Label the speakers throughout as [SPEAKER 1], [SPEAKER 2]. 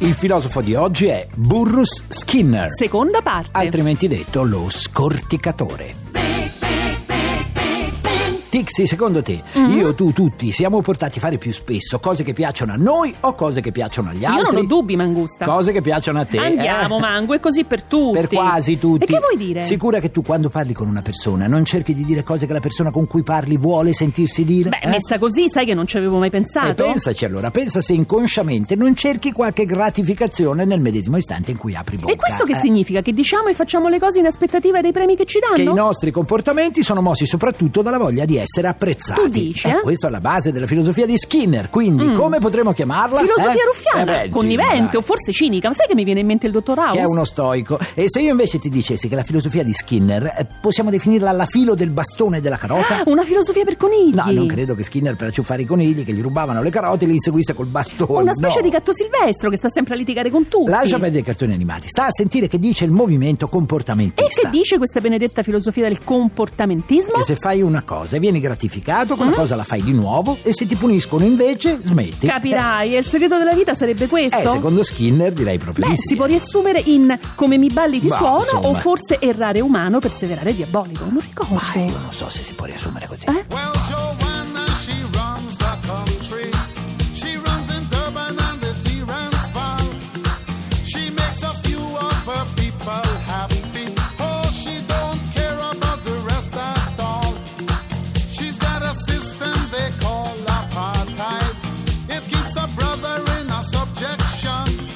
[SPEAKER 1] Il filosofo di oggi è Burrus Skinner,
[SPEAKER 2] Seconda parte.
[SPEAKER 1] altrimenti detto lo scorticatore. Tixi, secondo te,
[SPEAKER 2] Mm-hmm.
[SPEAKER 1] io, tu, tutti siamo portati a fare più spesso cose che piacciono a noi o cose che piacciono agli
[SPEAKER 2] Io
[SPEAKER 1] altri?
[SPEAKER 2] non ho dubbi, Mangusta.
[SPEAKER 1] Cose che piacciono a te.
[SPEAKER 2] Andiamo,
[SPEAKER 1] eh?
[SPEAKER 2] Mango, è così per tutti.
[SPEAKER 1] Per quasi tutti.
[SPEAKER 2] E che vuoi dire?
[SPEAKER 1] Sicura che tu quando parli con una persona non cerchi di dire cose che la persona con cui parli vuole sentirsi dire?
[SPEAKER 2] Beh,
[SPEAKER 1] eh?
[SPEAKER 2] messa così, sai che non ci avevo mai
[SPEAKER 1] E
[SPEAKER 2] pensato.
[SPEAKER 1] pensaci allora, pensa se inconsciamente non cerchi qualche gratificazione nel medesimo istante in cui apri bocca.
[SPEAKER 2] e questo che
[SPEAKER 1] eh?
[SPEAKER 2] significa? Che diciamo e facciamo le cose in aspettativa dei premi che ci danno?
[SPEAKER 1] Che i nostri comportamenti sono mossi soprattutto dalla voglia di essere apprezzati.
[SPEAKER 2] Tu dici,
[SPEAKER 1] Eh,
[SPEAKER 2] eh? Mm.
[SPEAKER 1] questo è la base della filosofia di Skinner, quindi come potremmo chiamarla?
[SPEAKER 2] Filosofia
[SPEAKER 1] eh?
[SPEAKER 2] ruffiana,
[SPEAKER 1] Eh, beh,
[SPEAKER 2] connivente
[SPEAKER 1] sì,
[SPEAKER 2] o forse cinica. Ma sai che mi viene in mente il dottor House?
[SPEAKER 1] che è uno stoico. E se io invece ti dicessi che la filosofia di Skinner eh, possiamo definirla la filo del bastone e della carota?
[SPEAKER 2] Ah, Una filosofia per conigli.
[SPEAKER 1] No, non credo che Skinner per acciuffare i conigli che gli rubavano le carote li inseguisse col bastone.
[SPEAKER 2] Una specie
[SPEAKER 1] no.
[SPEAKER 2] di gatto silvestro che sta sempre a litigare con tutti.
[SPEAKER 1] Lascia perdere i cartoni animati. Sta a sentire che dice il movimento
[SPEAKER 2] E
[SPEAKER 1] comportamentista.
[SPEAKER 2] che dice questa benedetta filosofia del comportamentismo?
[SPEAKER 1] Che se fai una cosa e vieni gratificato,
[SPEAKER 2] Mm?
[SPEAKER 1] quella cosa la fai di nuovo e se ti puniscono invece smetti.
[SPEAKER 2] Capirai, e il segreto della vita sarebbe questo?
[SPEAKER 1] Eh, secondo Skinner direi proprio
[SPEAKER 2] Beh,
[SPEAKER 1] di
[SPEAKER 2] si
[SPEAKER 1] sì.
[SPEAKER 2] può riassumere in come mi balli ti
[SPEAKER 1] Bah,
[SPEAKER 2] suono o
[SPEAKER 1] insomma.
[SPEAKER 2] forse errare umano, perseverare diabolico. Non ricordo.
[SPEAKER 1] Ma io non so se si può riassumere così.
[SPEAKER 2] Eh?
[SPEAKER 3] Well, Joanna, she runs the country. She runs in Durban and the Deran's Val. She makes a few of her people happy. Oh, she don't care about the rest at all. She's got a system they call apartheid. It keeps a brother in a subjection.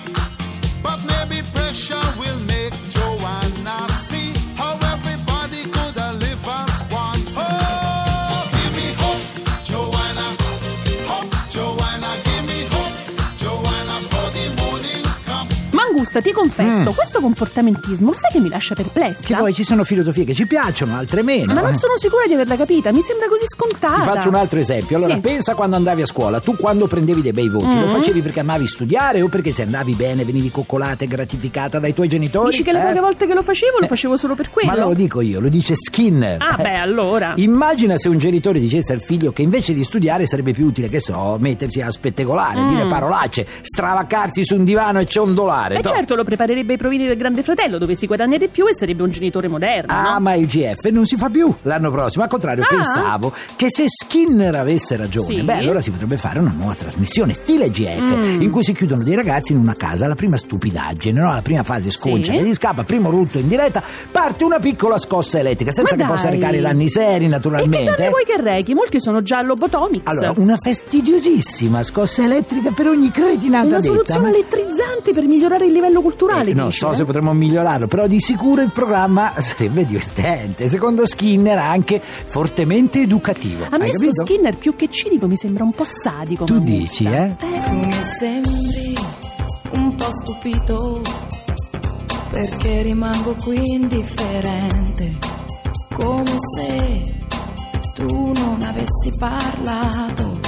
[SPEAKER 3] But maybe pressure will make Joanna see how everybody could have lived as one. Oh, give me hope, Joanna. Hope, Joanna. Give me hope, Joanna, for the morning come.
[SPEAKER 2] Mangusta, ti confesso, questo comportamentismo lo sai che mi lascia perplessa?
[SPEAKER 1] Mm. Che poi ci sono filosofie che ci piacciono, altre meno.
[SPEAKER 2] Ma
[SPEAKER 1] eh.
[SPEAKER 2] non sono sicura di averla capita, mi sembra così scontata.
[SPEAKER 1] Ti faccio un altro esempio. Allora,
[SPEAKER 2] Sì. Mm.
[SPEAKER 1] pensa quando andavi a scuola. Tu quando prendevi dei bei voti, lo facevi perché amavi studiare o perché se andavi bene venivi coccolata e gratificata dai tuoi genitori?
[SPEAKER 2] Dici che le
[SPEAKER 1] Eh?
[SPEAKER 2] poche volte che lo facevo lo facevo solo per quello.
[SPEAKER 1] Ma non lo dico io, lo dice Skinner.
[SPEAKER 2] Ah,
[SPEAKER 1] Eh.
[SPEAKER 2] beh, allora.
[SPEAKER 1] Immagina se un genitore dicesse al figlio che invece di studiare sarebbe più utile, che so, mettersi a spettegolare,
[SPEAKER 2] Mm.
[SPEAKER 1] dire parolacce, stravaccarsi su un divano e ciondolare.
[SPEAKER 2] Beh,
[SPEAKER 1] toh.
[SPEAKER 2] certo, lo preparerebbe ai provini del Grande Fratello, dove si guadagna di più e sarebbe un genitore moderno.
[SPEAKER 1] Ah,
[SPEAKER 2] no?
[SPEAKER 1] ma il GF non si fa più l'anno prossimo. Al contrario,
[SPEAKER 2] Ah.
[SPEAKER 1] pensavo che se Skinner avesse ragione,
[SPEAKER 2] Sì. Mm.
[SPEAKER 1] beh, allora si potrebbe fare una nuova trasmissione, stile GF, in cui si chiudono dei ragazzi in una casa alla prima stupidaggine, no? alla prima fase sconcia
[SPEAKER 2] Sì.
[SPEAKER 1] che gli scappa, primo rutto in diretta, parte una piccola scossa elettrica, senza
[SPEAKER 2] Ma
[SPEAKER 1] che
[SPEAKER 2] dai.
[SPEAKER 1] possa recare danni seri,
[SPEAKER 2] E che
[SPEAKER 1] naturalmente. eh?
[SPEAKER 2] danni vuoi che rechi? Molti sono giallo botomics.
[SPEAKER 1] Allora, una fastidiosissima scossa elettrica per ogni cretinata
[SPEAKER 2] Una
[SPEAKER 1] detta,
[SPEAKER 2] soluzione
[SPEAKER 1] ma-
[SPEAKER 2] elettrizzante per migliorare il livello culturale.
[SPEAKER 1] Eh, non
[SPEAKER 2] dici,
[SPEAKER 1] so
[SPEAKER 2] eh?
[SPEAKER 1] se potremmo migliorarlo, però di sicuro il programma sarebbe divertente. Secondo Skinner anche fortemente educativo.
[SPEAKER 2] A me
[SPEAKER 1] Hai
[SPEAKER 2] sto
[SPEAKER 1] capito?
[SPEAKER 2] Skinner più che cinico mi sembra un po' sadico.
[SPEAKER 1] Tu
[SPEAKER 2] Mangusta.
[SPEAKER 1] dici, eh?
[SPEAKER 4] Tu mi sembri un po' stupito perché rimango qui indifferente, come se tu non avessi parlato,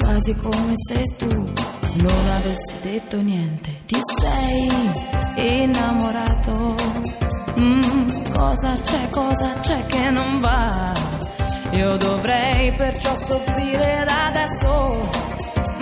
[SPEAKER 4] quasi come se tu non avessi detto niente. Ti sei innamorato, Mm, cosa c'è, cosa c'è che non va? Io dovrei perciò soffrire adesso.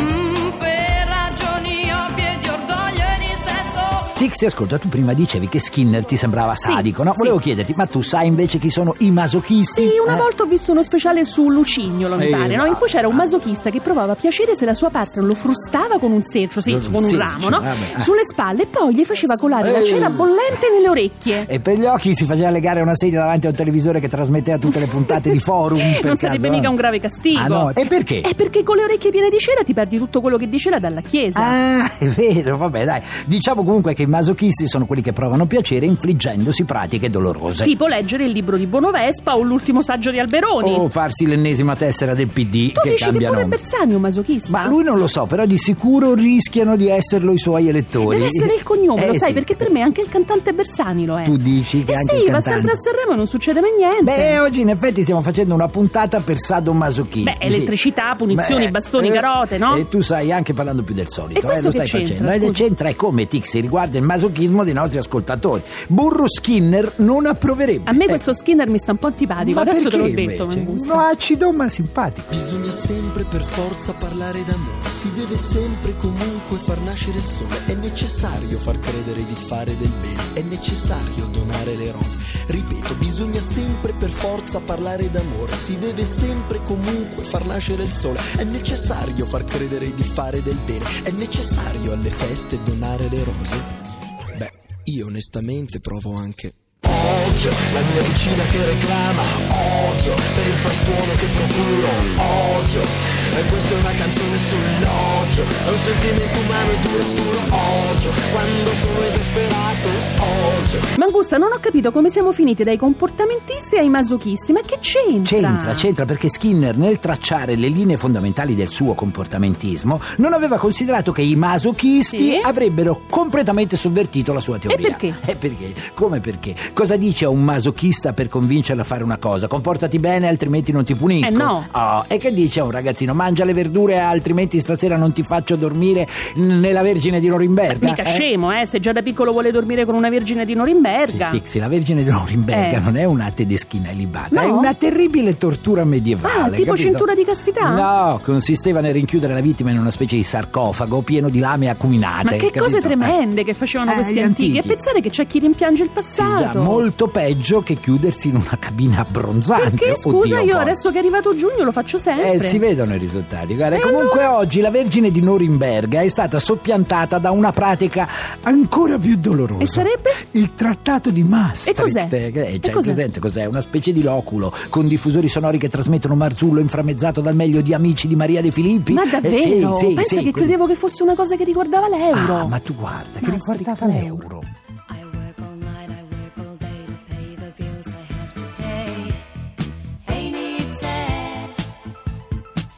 [SPEAKER 4] Mm, per ragioni ovvie di orgoglio e di sesso.
[SPEAKER 1] Tixi, ascolta, tu prima dicevi che Skinner ti sembrava sadico, no?
[SPEAKER 2] sì.
[SPEAKER 1] Volevo chiederti, ma tu sai invece chi sono i masochisti?
[SPEAKER 2] Sì, una
[SPEAKER 1] Eh?
[SPEAKER 2] volta ho visto uno speciale su Lucignolo, mi
[SPEAKER 1] Eh,
[SPEAKER 2] pare, no? in cui c'era un
[SPEAKER 1] basta.
[SPEAKER 2] masochista che provava piacere se la sua partner lo frustava con un selcio, sì,
[SPEAKER 1] Con un
[SPEAKER 2] con un
[SPEAKER 1] selcio,
[SPEAKER 2] ramo, no?
[SPEAKER 1] vabbè, eh.
[SPEAKER 2] sulle spalle e poi gli faceva colare la
[SPEAKER 1] Eh.
[SPEAKER 2] cera bollente nelle orecchie.
[SPEAKER 1] E per gli occhi si faceva legare una sedia davanti a un televisore che trasmetteva tutte le puntate di forum. per
[SPEAKER 2] Eh, non sarebbe
[SPEAKER 1] caso,
[SPEAKER 2] mica
[SPEAKER 1] no?
[SPEAKER 2] un grave castigo. Eh,
[SPEAKER 1] Ah, no? E perché?
[SPEAKER 2] È perché con le orecchie piene di cera ti perdi tutto quello che diceva dalla chiesa.
[SPEAKER 1] Ah, è vero, vabbè, dai. Diciamo comunque che i masochisti sono quelli che provano piacere infliggendosi pratiche dolorose.
[SPEAKER 2] Tipo leggere il libro di Bonovespa o l'ultimo saggio di Alberoni.
[SPEAKER 1] O farsi l'ennesima tessera del PD
[SPEAKER 2] tu
[SPEAKER 1] Oh, che
[SPEAKER 2] dici che
[SPEAKER 1] cambia
[SPEAKER 2] pure
[SPEAKER 1] nome.
[SPEAKER 2] Bersani è un masochista?
[SPEAKER 1] Ma lui non lo so, però di sicuro rischiano di esserlo i suoi elettori.
[SPEAKER 2] Deve essere il cognome,
[SPEAKER 1] Eh,
[SPEAKER 2] lo sai,
[SPEAKER 1] sì.
[SPEAKER 2] perché per me anche il cantante Bersani lo è.
[SPEAKER 1] Tu dici che
[SPEAKER 2] Eh
[SPEAKER 1] anche
[SPEAKER 2] sì,
[SPEAKER 1] il
[SPEAKER 2] va
[SPEAKER 1] cantante-
[SPEAKER 2] sempre a Sanremo e non succede mai niente.
[SPEAKER 1] Beh, eh, oggi in effetti stiamo facendo una puntata per sadomasochisti. eh,
[SPEAKER 2] Beh, elettricità, punizioni, bastoni, carote, no?
[SPEAKER 1] E tu sai anche parlando più del solito,
[SPEAKER 2] E
[SPEAKER 1] eh,
[SPEAKER 2] questo
[SPEAKER 1] lo
[SPEAKER 2] che
[SPEAKER 1] stai
[SPEAKER 2] c'entra,
[SPEAKER 1] facendo.
[SPEAKER 2] scusa?
[SPEAKER 1] Eh, c'entra è come Tixi riguarda il masochismo dei nostri ascoltatori. Burro Skinner non approverebbe.
[SPEAKER 2] a me
[SPEAKER 1] Eh,
[SPEAKER 2] questo Skinner mi sta un po' antipatico,
[SPEAKER 1] ma
[SPEAKER 2] adesso te l'ho
[SPEAKER 1] perché
[SPEAKER 2] detto,
[SPEAKER 1] invece?
[SPEAKER 2] Mangusta.
[SPEAKER 1] No, acido ma simpatico.
[SPEAKER 5] Bisogna sempre per forza parlare d'amore, si deve sempre comunque far nascere il sole, è necessario far credere di fare del bene, è necessario donare le rose. Ripeto, bisogna sempre per forza parlare d'amore, si deve sempre comunque far nascere il sole, è necessario far credere di fare del bene, è necessario alle feste donare le rose. Beh, io onestamente provo anche Odio la mia vicina che reclama, odio per il frastuono che procuro, odio. E questa è una canzone sull'odio, è un sentimento umano e duro, duro, odio. Quando sono esasperato, odio.
[SPEAKER 2] Mangusta, non ho capito come siamo finiti dai comportamentisti ai masochisti, ma che c'entra?
[SPEAKER 1] C'entra, c'entra perché Skinner nel tracciare le linee fondamentali del suo comportamentismo non aveva considerato che i masochisti
[SPEAKER 2] Sì.
[SPEAKER 1] avrebbero completamente sovvertito la sua teoria.
[SPEAKER 2] perché?
[SPEAKER 1] E perché? Come perché? Cosa dice a un masochista per convincerlo a fare una cosa? Comportati bene altrimenti non ti punisco.
[SPEAKER 2] Eh, no.
[SPEAKER 1] Oh, e che dice a un ragazzino? Mangia le verdure altrimenti stasera non ti faccio dormire nella Vergine di Norimberga.
[SPEAKER 2] Mica
[SPEAKER 1] eh?
[SPEAKER 2] scemo, eh, se già da piccolo vuole dormire con una vergine di Norimberga.
[SPEAKER 1] Sì, Tixi, la Vergine di Norimberga
[SPEAKER 2] Eh.
[SPEAKER 1] non è una tedeschina ilibata, è
[SPEAKER 2] No?
[SPEAKER 1] una terribile tortura
[SPEAKER 2] Ah,
[SPEAKER 1] medievale.
[SPEAKER 2] tipo
[SPEAKER 1] capito?
[SPEAKER 2] cintura di castità?
[SPEAKER 1] No, consisteva nel rinchiudere la vittima in una specie di sarcofago pieno di lame acuminate.
[SPEAKER 2] Ma che
[SPEAKER 1] capito?
[SPEAKER 2] cose
[SPEAKER 1] Eh.
[SPEAKER 2] tremende che facevano
[SPEAKER 1] Eh,
[SPEAKER 2] questi
[SPEAKER 1] gli
[SPEAKER 2] antichi.
[SPEAKER 1] antichi.
[SPEAKER 2] E pensare che c'è chi rimpiange il
[SPEAKER 1] Sì,
[SPEAKER 2] passato.
[SPEAKER 1] già, molto peggio che chiudersi in una cabina abbronzante.
[SPEAKER 2] Perché, scusa,
[SPEAKER 1] Oddio,
[SPEAKER 2] io
[SPEAKER 1] poi.
[SPEAKER 2] adesso che è arrivato giugno lo faccio sempre. Eh,
[SPEAKER 1] Eh, si vedono i risultati. Guarda,
[SPEAKER 2] E
[SPEAKER 1] comunque oggi la Vergine di Norimberga è stata soppiantata da una pratica ancora più dolorosa.
[SPEAKER 2] E sarebbe?
[SPEAKER 1] Il trattato di Maastricht.
[SPEAKER 2] E cos'è?
[SPEAKER 1] Eh, cioè,
[SPEAKER 2] E cos'è?
[SPEAKER 1] presente cos'è? Una specie di loculo con diffusori sonori che trasmettono Marzullo inframmezzato dal meglio di amici di Maria De Filippi.
[SPEAKER 2] Ma
[SPEAKER 1] Eh,
[SPEAKER 2] davvero?
[SPEAKER 1] sì, sì,
[SPEAKER 2] Pensa che
[SPEAKER 1] sì, quindi-
[SPEAKER 2] credevo che fosse una cosa che riguardava l'euro.
[SPEAKER 1] Ah, ma tu guarda, che
[SPEAKER 2] Maastricht,
[SPEAKER 1] riguardava l'euro.
[SPEAKER 6] I work all night, I work all day to pay the bills I have to pay. Ain't it sad?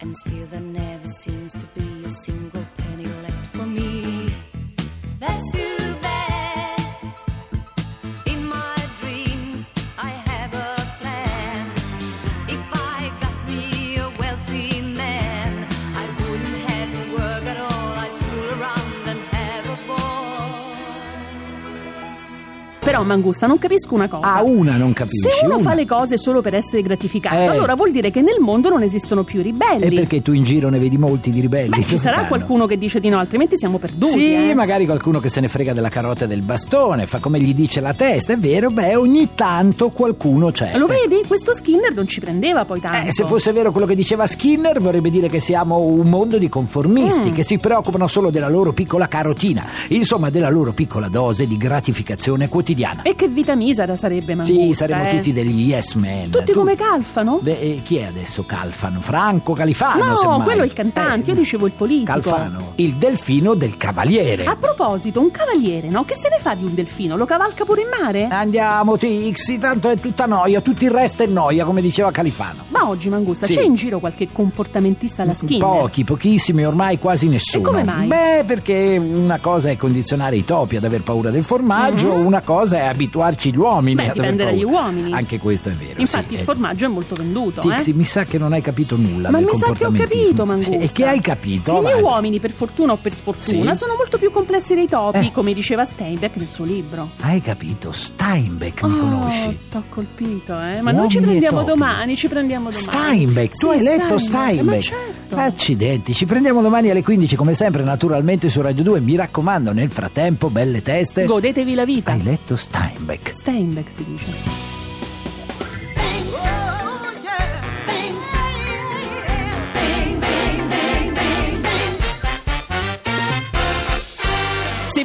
[SPEAKER 6] And still there never seems to be a single penny left for me. That's too bad. In my dreams, I have a plan. If I got me a wealthy man, I wouldn't have to work at all. I'd fool around and have a ball.
[SPEAKER 2] Però, Mangusta, non capisco una cosa.
[SPEAKER 1] Ah, una non capisci.
[SPEAKER 2] Se uno
[SPEAKER 1] una.
[SPEAKER 2] fa le cose solo per essere gratificato,
[SPEAKER 1] Eh.
[SPEAKER 2] allora vuol dire che nel mondo non esistono più i
[SPEAKER 1] E
[SPEAKER 2] ribelli.
[SPEAKER 1] perché tu in giro ne vedi molti di ribelli?
[SPEAKER 2] Beh, ci
[SPEAKER 1] Cosa
[SPEAKER 2] sarà
[SPEAKER 1] fanno?
[SPEAKER 2] qualcuno che dice di no, altrimenti siamo perduti.
[SPEAKER 1] Sì,
[SPEAKER 2] eh.
[SPEAKER 1] magari qualcuno che se ne frega della carota e del bastone, fa come gli dice la testa, è vero, beh, ogni tanto qualcuno c'è.
[SPEAKER 2] Lo vedi? Questo Skinner non ci prendeva poi tanto.
[SPEAKER 1] Eh, se fosse vero quello che diceva Skinner, vorrebbe dire che siamo un mondo di conformisti
[SPEAKER 2] Mm.
[SPEAKER 1] che si preoccupano solo della loro piccola carotina, insomma della loro piccola dose di gratificazione quotidiana.
[SPEAKER 2] E che vita misera sarebbe, Mangusta.
[SPEAKER 1] sì, saremmo
[SPEAKER 2] eh.
[SPEAKER 1] tutti degli yes men.
[SPEAKER 2] Tutti come Calfano?
[SPEAKER 1] Beh, eh, chi è adesso Calfano? Franco Califano?
[SPEAKER 2] no,
[SPEAKER 1] semmai.
[SPEAKER 2] quello è il cantante,
[SPEAKER 1] Eh,
[SPEAKER 2] io dicevo il politico. Ah,
[SPEAKER 1] Calfano, il delfino del cavaliere.
[SPEAKER 2] A proposito, un cavaliere, no? Che se ne fa di un delfino? Lo cavalca pure in mare?
[SPEAKER 1] Ah. Andiamo Tixi, tanto è tutta noia, tutto il resto è noia, come diceva Califano.
[SPEAKER 2] Ma oggi, Mangusta,
[SPEAKER 1] Sì. Mm,
[SPEAKER 2] c'è in giro qualche comportamentista alla schiena?
[SPEAKER 1] Pochi, pochissimi, ormai quasi nessuno.
[SPEAKER 2] come mai?
[SPEAKER 1] Beh, perché una cosa è condizionare i topi ad aver paura del formaggio, una cosa è abituarci gli uomini
[SPEAKER 2] Mhm. Beh,
[SPEAKER 1] ad aver
[SPEAKER 2] dipende
[SPEAKER 1] paura.
[SPEAKER 2] dagli uomini.
[SPEAKER 1] Anche questo è vero.
[SPEAKER 2] Infatti
[SPEAKER 1] sì.
[SPEAKER 2] il
[SPEAKER 1] Eh,
[SPEAKER 2] formaggio è molto venduto,
[SPEAKER 1] Tixi,
[SPEAKER 2] eh?
[SPEAKER 1] mi sa che non hai capito nulla
[SPEAKER 2] Ma
[SPEAKER 1] del
[SPEAKER 2] mi sa che ho
[SPEAKER 1] comportamentismo.
[SPEAKER 2] capito,
[SPEAKER 1] Sì,
[SPEAKER 2] Mangusta.
[SPEAKER 1] E che hai capito?
[SPEAKER 2] Che
[SPEAKER 1] Avanti.
[SPEAKER 2] gli uomini, per fortuna o per sfortuna,
[SPEAKER 1] Sì.
[SPEAKER 2] sono molto più complessi dei topi,
[SPEAKER 1] Eh.
[SPEAKER 2] come diceva Steinbeck nel suo libro.
[SPEAKER 1] Hai capito? Steinbeck mi
[SPEAKER 2] oh,
[SPEAKER 1] conosci?
[SPEAKER 2] T'ho colpito, eh. Ma
[SPEAKER 1] Uomini
[SPEAKER 2] noi ci
[SPEAKER 1] e
[SPEAKER 2] prendiamo
[SPEAKER 1] topi.
[SPEAKER 2] domani, ci prendiamo domani.
[SPEAKER 1] Steinbeck, tu
[SPEAKER 2] Sì,
[SPEAKER 1] hai letto
[SPEAKER 2] Steinbeck,
[SPEAKER 1] Steinbeck.
[SPEAKER 2] Ma
[SPEAKER 1] Eh,
[SPEAKER 2] certo.
[SPEAKER 1] Accidenti, ci prendiamo domani alle 15 come sempre naturalmente su Radio 2. Mi raccomando, nel frattempo, belle teste.
[SPEAKER 2] Godetevi la vita.
[SPEAKER 1] cioè, hai letto Steinbeck.
[SPEAKER 2] Steinbeck si dice. Se